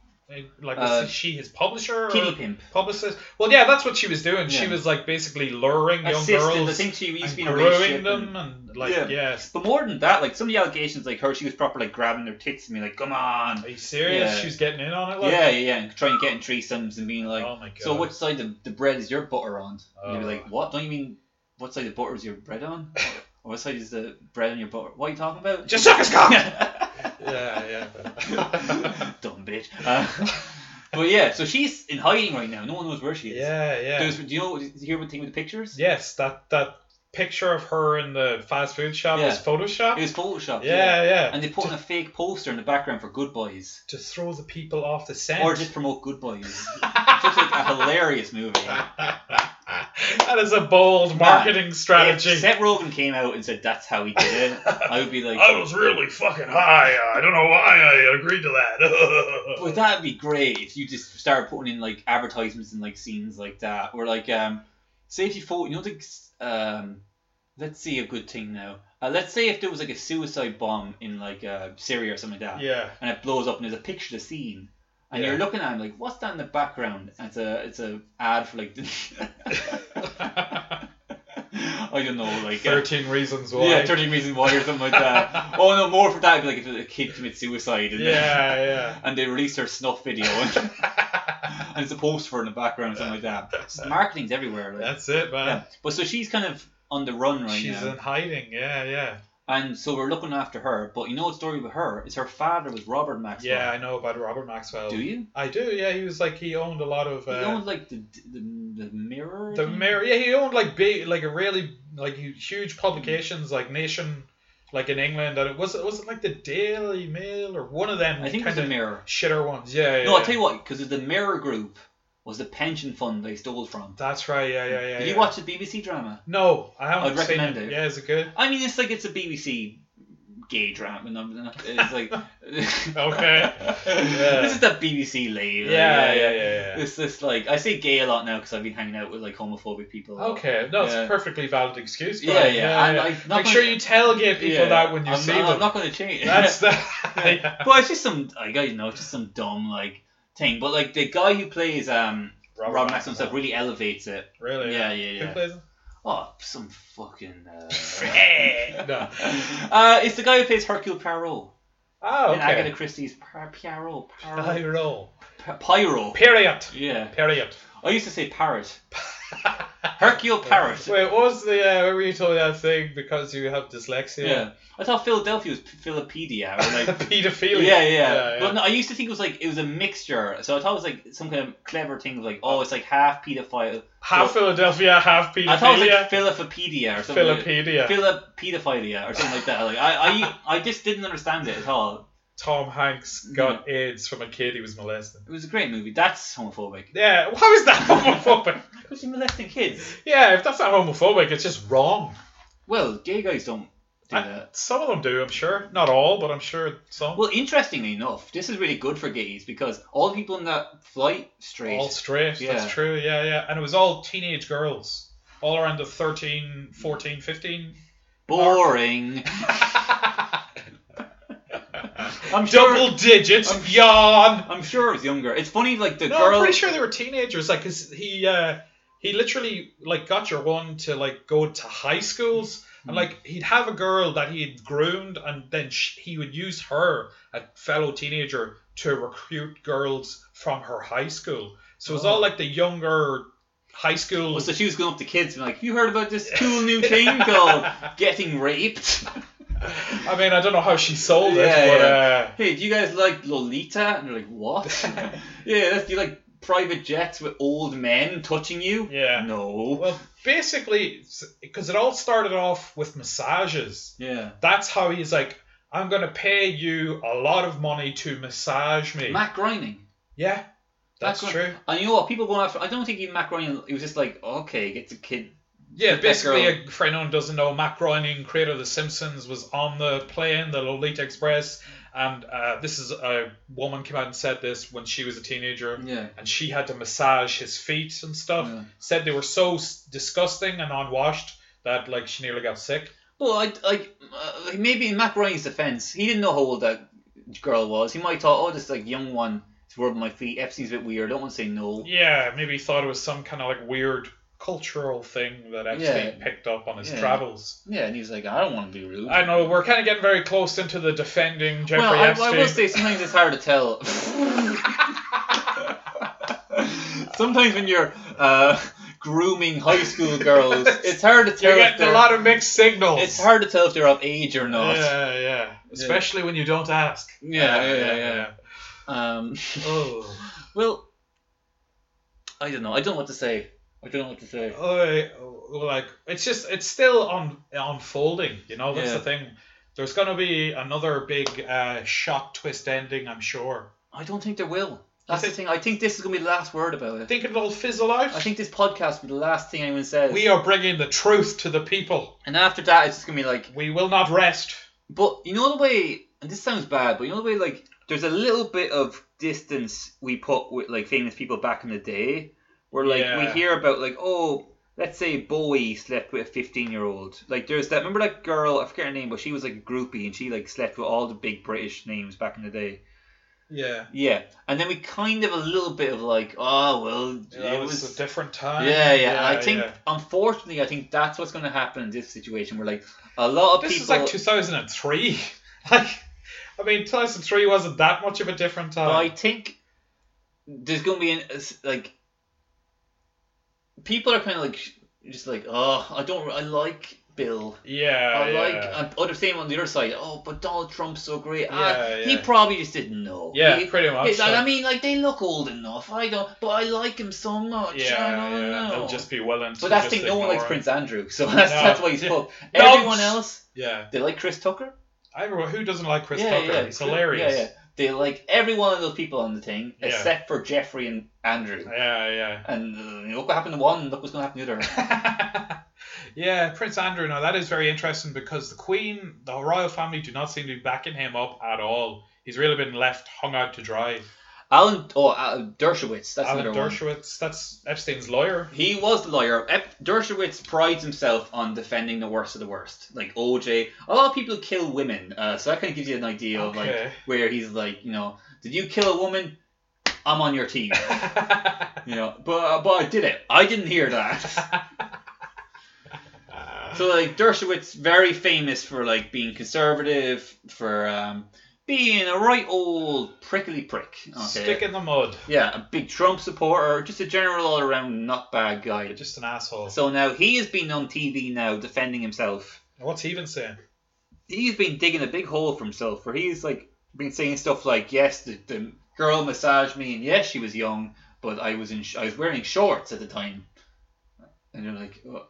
Like, was Uh, she his publisher? Or kitty pimp publicist? Well, yeah, that's what she was doing. She Yeah. was like basically luring young assistant I girls think she used and to be in a growing relationship them, and- and like, Yeah. yes. but more than that like some of the allegations like her she was proper like grabbing their tits and being like come on Are you serious? Yeah. She was getting in on it. Like, yeah yeah yeah and trying to get in threesomes and being like oh my god. So which side of the bread is your butter on? And you'd be Oh. like, what? Don't you mean what side of butter is your bread on? or what side is the bread on your butter? What are you talking about? Just suck his cock. yeah, yeah, yeah. dumb bitch. Uh, But yeah, so she's in hiding right now. No one knows where she is. yeah, yeah. There's, do you know? Do you hear the thing with the pictures? yes, that that picture of her in the fast food shop Yeah. was Photoshop. It was Photoshop. yeah, yeah. And they put in a fake poster in the background for Good Boys, to throw the people off the scent. or just promote Good Boys. it's just like a hilarious movie. that is a bold marketing strategy. If Seth Rogen came out and said that's how he did it, I would be like, I was really fucking high. I don't know why I agreed to But that. that'd be great if you just started putting in like advertisements and like scenes like that, or like um, say if you thought you know the um, let's see a good thing now. Uh, let's say if there was like a suicide bomb in like uh, Syria or something like that, yeah. and it blows up and there's a picture of the scene, and Yeah. you're looking at it like what's that in the background? And it's a it's a ad for like I don't know like. uh, 13 reasons why. yeah, 13 Reasons Why or something like that. oh no, more for that would be like if a kid commits suicide and yeah, and they released her snuff video and, yeah. and it's a poster for her in the background something like that. It's- marketing's everywhere. Like, That's it, man. yeah. But so she's kind of on the run right She's now, in hiding. Yeah, yeah. and so we're looking after her. But you know the story with her is her father was Robert Maxwell. Yeah, I know about Robert Maxwell. Do you? I do, yeah. He was like, he owned a lot of. He Uh, owned like the the, the mirror. I the think? mayor yeah he owned like big like a really like huge publications like nation like in england and it was it wasn't like the daily mail or one of them I think it was the kinda mirror. shitter ones yeah, yeah No, I'll yeah. tell you what, because the mirror group was the pension fund they stole from. that's right yeah yeah yeah Did yeah. you watch the BBC drama? no i haven't I'd seen recommend it. yeah is it good I mean, it's like it's a BBC gay drama. and I'm- It's like okay Yeah. this is the BBC lady. like, yeah yeah yeah, yeah, It's this like I say gay a lot now because I've been hanging out with like homophobic people. okay no it's Yeah. a perfectly valid excuse but Yeah, yeah. and I, make sure you tell gay people that when you I'm, see I'm them not going to change. that's the Yeah. but it's just some I got you know it's just some dumb like thing. But like the guy who plays um Rob, Maxwell himself really elevates it. really Yeah, yeah, Oh, who yeah. plays Oh, some fucking. him? Uh... no uh, it's the guy who plays Hercule Poirot oh in Agatha okay Christie's Par- Poirot. Poirot. Pyro. P- Pyro. period Yeah, period I used to say parrot. Hercule Parrot. Wait, what was the uh, where were you told that thing because you have dyslexia? Yeah. I thought Philadelphia was P- Philopedia or like yeah, pedophilia. yeah, yeah. yeah. But no, I used to think it was like it was a mixture. So I thought it was like some kind of clever thing of like, oh, it's like half pedophile. half Philadelphia, half I thought it was pedophilia. like Philophipedia or something. Like Philopedia. Philopedophilia or something like that. Like I, I, I just didn't understand it at all. Tom Hanks Mm. got AIDS from a kid he was molested. It was a great movie. That's homophobic. Yeah, how is that homophobic? Because you're molesting kids. yeah, if that's not homophobic, it's just wrong. Well, gay guys don't do I- that. some of them do, I'm sure. Not all, but I'm sure some. Well, interestingly enough, this is really good for gays because all the people in that flight straight. all straight, Yeah. that's true. Yeah, yeah. And it was all teenage girls, all around the 13, 14, 15. boring. I'm sure. Double digits, I'm- yawn. I'm sure it was younger. It's funny, like the No, girl. I'm pretty sure they were teenagers. Like, 'cause he uh, he literally like got your one to like go to high schools, Mm-hmm. and like he'd have a girl that he had groomed, and then sh he would use her, a fellow teenager, to recruit girls from her high school. So it was Oh. all like the younger high school. Well, so she was going up to kids and like, you heard about this cool new thing called getting raped? I mean, I don't know how she sold it, Yeah, but Hey, do you guys like Lolita? And they're like, what? yeah, that's, do you like private jets with old men touching you? Yeah. uh, No. well, basically, because it all started off with massages. Yeah. That's how he's like, I'm gonna pay you a lot of money to massage me. Matt Groening. yeah, that's Matt Groening. true. And you know what? People going after. I don't think even Matt Groening. It was just like, okay, get the kid. Yeah, That basically, uh, for anyone who doesn't know, Matt Groening, creator of The Simpsons, was on the plane, the Lolita Express, and uh, this is a woman came out and said this when she was a teenager, Yeah. and she had to massage his feet and stuff. Yeah. Said they were so s- disgusting and unwashed that like she nearly got sick. Well, I like uh, maybe in Matt Ryan's defense, he didn't know how old that girl was. He might have thought, oh, this like young one is rubbing my feet. Epstein's a bit weird. I don't want to say no. Yeah, maybe he thought it was some kind of like weird cultural thing that Epstein picked up on his Yeah. travels. Yeah, and he was like, I don't want to be rude. I know we're kind of getting very close into the defending Jeffrey well, I, Epstein. I will say sometimes it's hard to tell. sometimes when you're uh, grooming high school girls, it's hard to You're tell. If getting a they're, lot of mixed signals. it's hard to tell if they're of age or not. Yeah, yeah. Especially when you don't ask. Yeah, yeah, yeah. Um, Oh. Well, I don't know. I don't know what to say. I don't know what to say. Uh, like it's just it's still on unfolding. You know, that's Yeah. the thing. There's gonna be another big uh, shock twist ending, I'm sure. I don't think there will. That's think- the thing. I think this is going to be the last word about I it. think it'll all fizzle out. I think this podcast will be the last thing anyone says. we are bringing the truth to the people. and after that, it's just going to be like, We will not rest. But you know the way, and this sounds bad, but you know the way, like, there's a little bit of distance we put with like famous people back in the day, where like Yeah. we hear about like, oh, let's say Bowie slept with a 15 year old. Like, there's that. Remember that girl? I forget her name, but she was like a groupie, and she like slept with all the big British names back in the day. Yeah. Yeah, and then we kind of a little bit of like, oh well, It it was, was a different time. yeah, yeah, and I think yeah. unfortunately, I think that's what's going to happen in this situation. Where like a lot of this people, is like 2003. like, I mean, 2003 wasn't that much of a different But I time. think there's going to be an it's like people are kind of like sh- just like oh I don't I like Bill. yeah. I like yeah. and other same on the other side. Oh, but Donald Trump's so great. ah, Yeah, He yeah. probably just didn't know. Yeah, He- pretty much. it's like, I like- mean, like they look old enough. I don't, but I like him so much. yeah, I don't yeah. know. They'll just be willing to. but that's just the thing. No one likes ignore it. Prince Andrew, so that's No. that's why he's Yeah. up. No, Everyone it's- else, Yeah, they like Chris Tucker. I remember, who doesn't like Chris yeah, Tucker? yeah, He's hilarious. Yeah, yeah. They like every one of those people on the thing Yeah. except for Jeffrey and Andrew. Yeah, yeah. And uh, look what happened to one, look what's going to happen to the other. yeah, Prince Andrew. Now that is very interesting because the Queen, the royal family, do not seem to be backing him up at all. He's really been left hung out to dry. Alan, oh, uh, Dershowitz, that's Alan another Dershowitz, that's Epstein's lawyer. one. He was the lawyer. Ep- Dershowitz prides himself on defending the worst of the worst. Like OJ, a lot of people kill women, uh, so that kind of gives you an idea of like Okay. where he's like, you know, did you kill a woman? I'm on your team. you know, but uh, but I did it. I didn't hear that. So like Dershowitz, very famous for like being conservative, for um, being a right old prickly prick. Okay. Stick in the mud. Yeah, a big Trump supporter, just a general all around nutbag guy. Just an asshole. So now he has been on TV now defending himself. What's he even saying? He's been digging a big hole for himself, where he's like been saying stuff like, "Yes, the, the girl massaged me, and yes, she was young, but I was in sh- I was wearing shorts at the time." And you're like, oh,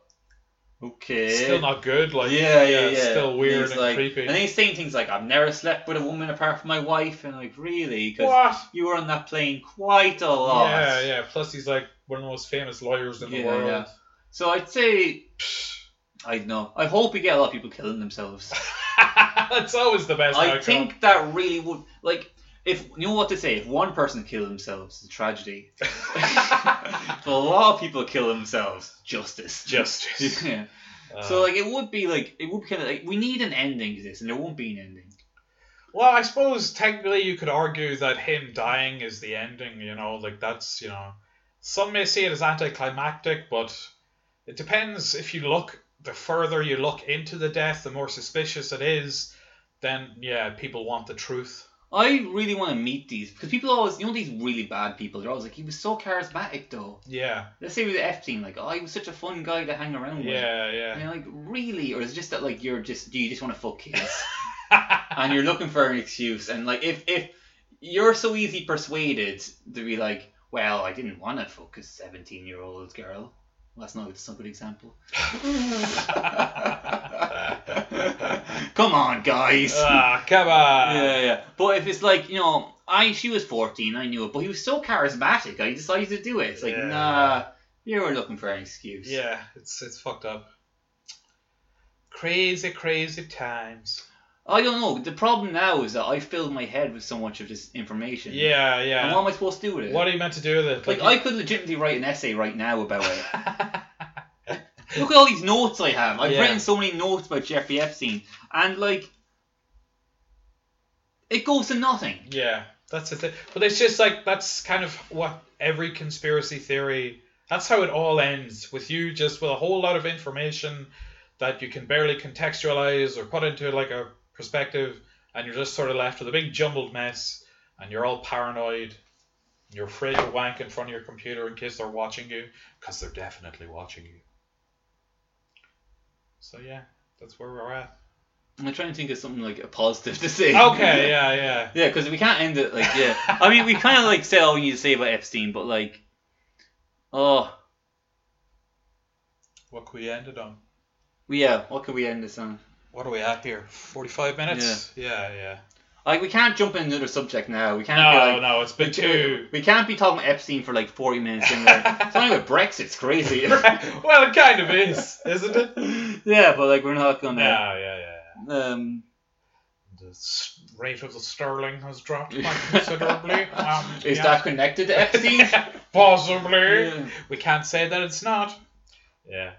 okay, Still not good. Like yeah, yeah, it's yeah. Still weird he's and like- creepy. And he's saying things like, "I've never slept with a woman apart from my wife," and like, really, because What? you were on that plane quite a lot. Yeah, yeah. Plus, he's like one of the most famous lawyers in the Yeah, world. yeah. So I'd say, I don't know. I hope we get a lot of people killing themselves. That's always the best. I outcome. think that really would like. If you know what to say, if one person killed themselves, it's a tragedy. If a lot of people kill themselves, justice. justice. yeah. Uh, so like, it would be like it would kind of like we need an ending to this, and there won't be an ending. well, I suppose technically you could argue that him dying is the ending. You know, like that's you know, some may see it as anticlimactic, but it depends. If you look, the further you look into the death, the more suspicious it is. Then yeah, people want the truth. I really want to meet these because people always, you know, these really bad people. They're always like, he was so charismatic though. Yeah, Let's say with Epstein, like, oh, he was such a fun guy to hang around with. yeah, yeah. And you're like, really? Or is it just that like you're just do you just want to fuck kids? and you're looking for an excuse and like if if you're so easy persuaded to be like, Well, I didn't want to fuck a seventeen year old girl. Well, that's not that's not a good example. Come on, guys. ah, come on. yeah, yeah. But if it's like, you know, I she was fourteen, I knew it, but he was so charismatic, I decided to do it. It's like, Yeah. nah, you were looking for an excuse. Yeah, it's it's fucked up. Crazy, crazy times. I don't know. The problem now is that I filled my head with so much of this information. Yeah, And yeah. what am I supposed to do with it? What are you meant to do with it? like, I could legitimately write an essay right now about it. Look at all these notes I have. I've Yeah. written so many notes about Jeffrey Epstein, and like, it goes to nothing. yeah, that's the thing. But it's just like that's kind of what every conspiracy theory. That's how it all ends with you just with a whole lot of information that you can barely contextualize or put into like a perspective, and you're just sort of left with a big jumbled mess, and you're all paranoid. and You're afraid to wank in front of your computer in case they're watching you, because they're definitely watching you. So yeah, that's where we're at. I'm trying to think of something like a positive to say. Okay, yeah, yeah. Yeah, because we can't end it like yeah. I mean, we kind of like say all we need to say about Epstein, but like, oh What could we end it on? yeah, what could we end this on? What are we at here? Forty-five minutes. Yeah, yeah. Like, we can't jump into another subject now. We can't be No, like. no, it's been too. We can't be talking about Epstein for like 40 minutes. And we're like, so anyway, Brexit's crazy. well, it kind of is, isn't it? yeah, but like we're not No, gonna. yeah, yeah. yeah. Um, The s- rate of the sterling has dropped quite considerably. Um, is yeah. that connected to Epstein? Possibly. Yeah. We can't say that it's not. Yeah.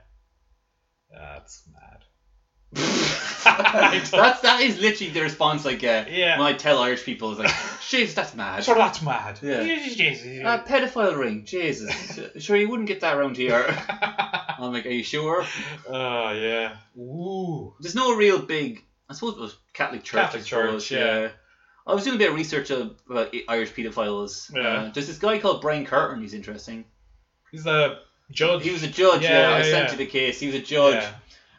That's mad. That's that is literally the response like uh, Yeah. when I tell Irish people is like, jeez, that's mad. So that's mad. Yeah. Yeah. A pedophile ring, Jesus. Sure, you wouldn't get that around here. I'm like, are you sure? Oh, yeah. Ooh. There's no real big. I suppose it was Catholic Church. I Catholic Church, suppose, yeah. I was doing a bit of research of- about I- Irish pedophiles. Yeah. Uh, there's this guy called Brian Curtin. He's interesting. He's the judge. He was a judge. Yeah, Yeah, yeah, I sent yeah. you the case. He was a judge, Yeah.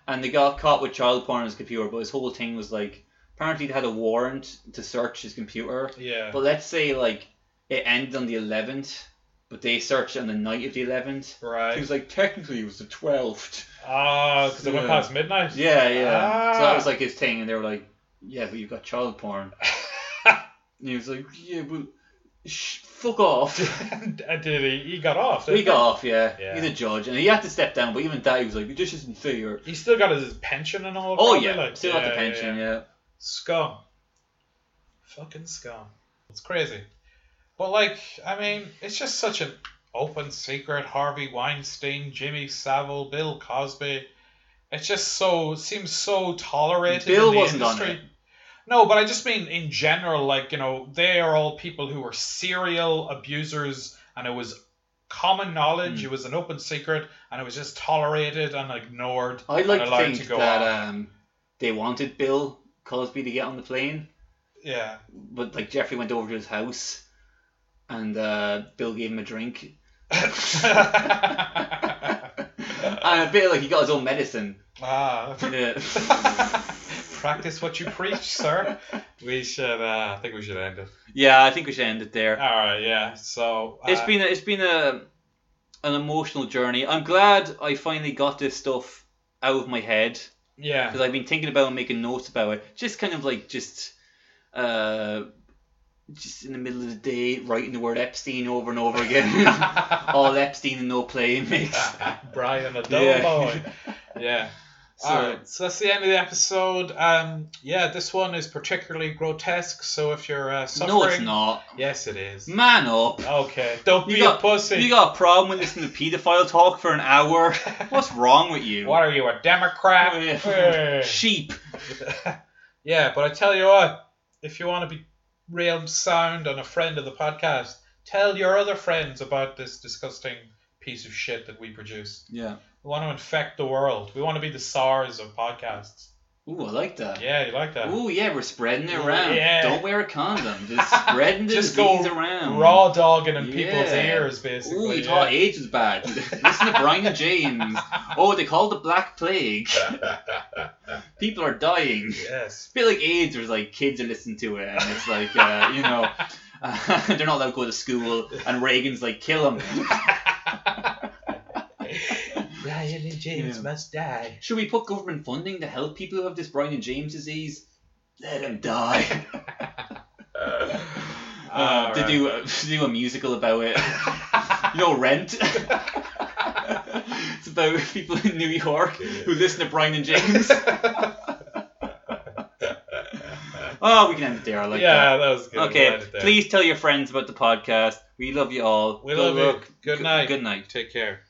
and they got caught with child porn on his computer. But his whole thing was like, apparently they had a warrant to search his computer. Yeah. But let's say like it ended on the 11th, but they searched on the night of the 11th. He right. was like, technically, it was the 12th. Ah, because it went Yeah. past midnight. Yeah, yeah. So that Ah. was like his thing, and they were like, "Yeah, but you've got child porn." and he was like, "Yeah, but sh- fuck off." And Did he? He got off. we didn't got off, yeah. Yeah. He's a judge, and he had to step down. But even that, he was like, "This isn't fair." He He still got his pension and all. Oh probably, yeah, like- still got the pension. Yeah, Scum. Fucking scum. It's crazy. But like, I mean, it's just such an open secret. Harvey Weinstein, Jimmy Savile, Bill Cosby. It's just so seems so tolerated. Bill in the wasn't on industry. it. No, but I just mean in general, like, you know, they are all people who were serial abusers and it was common knowledge, Mm. it was an open secret, and it was just tolerated and ignored. I'd like and to allowed think to go that on. um, they wanted Bill Cosby to get on the plane, Yeah. but like Jeffrey went over to his house, and uh, Bill gave him a drink. and a bit like he got his own medicine. ah. Yeah. Practice what you preach, sir. We should. Uh, I think we should end it. Yeah, I think we should end it there. All right. Yeah. So uh, it's been a, it's been a an emotional journey. I'm glad I finally got this stuff out of my head Yeah. because I've been thinking about it and making notes about it. Just kind of like just uh just in the middle of the day writing the word Epstein over and over again. All Epstein and no play mix. Brian, a dull Oh. Yeah. boy. Yeah. So All right. So that's the end of the episode. Um. Yeah. This one is particularly grotesque. So if you're uh, suffering, no, it's not. Yes, it is. Man up. Okay. Don't You be got- a pussy. You got a problem with listening to paedophile talk for an hour? What's wrong with you? What are you, a Oh, Democrat? Hey. Sheep. yeah, but I tell you what, if you want to be real sound and a friend of the podcast, tell your other friends about this disgusting piece of shit that we produce. Yeah. We want to infect the world. We want to be the SARS of podcasts. Ooh, I like that. Yeah, you like that? Oh yeah, we're spreading it around. Yeah. Don't wear a condom. Just spreading the Just go disease around. Raw dogging in people's Yeah. ears, Ooh, basically. you yeah. thought AIDS was bad. Listen to Brian James. Oh, they call it the Black Plague. People are dying. It's yes. a bit like AIDS, where like kids are listening to it, and it's like uh, you know they're not allowed to go to school, and Reagan's like kill them. Ryan and James must die. Should we put government funding to help people who have this Brian James disease? Let them die. Uh, to do to do a musical about it. You know, Rent. it's about people in New York who listen to Brian and James. oh, we can end it there. I like yeah, that. was good. that. Okay, Right there. please tell your friends about the podcast. We love you all. We Good love you. luck. Good night. Good night. Take care.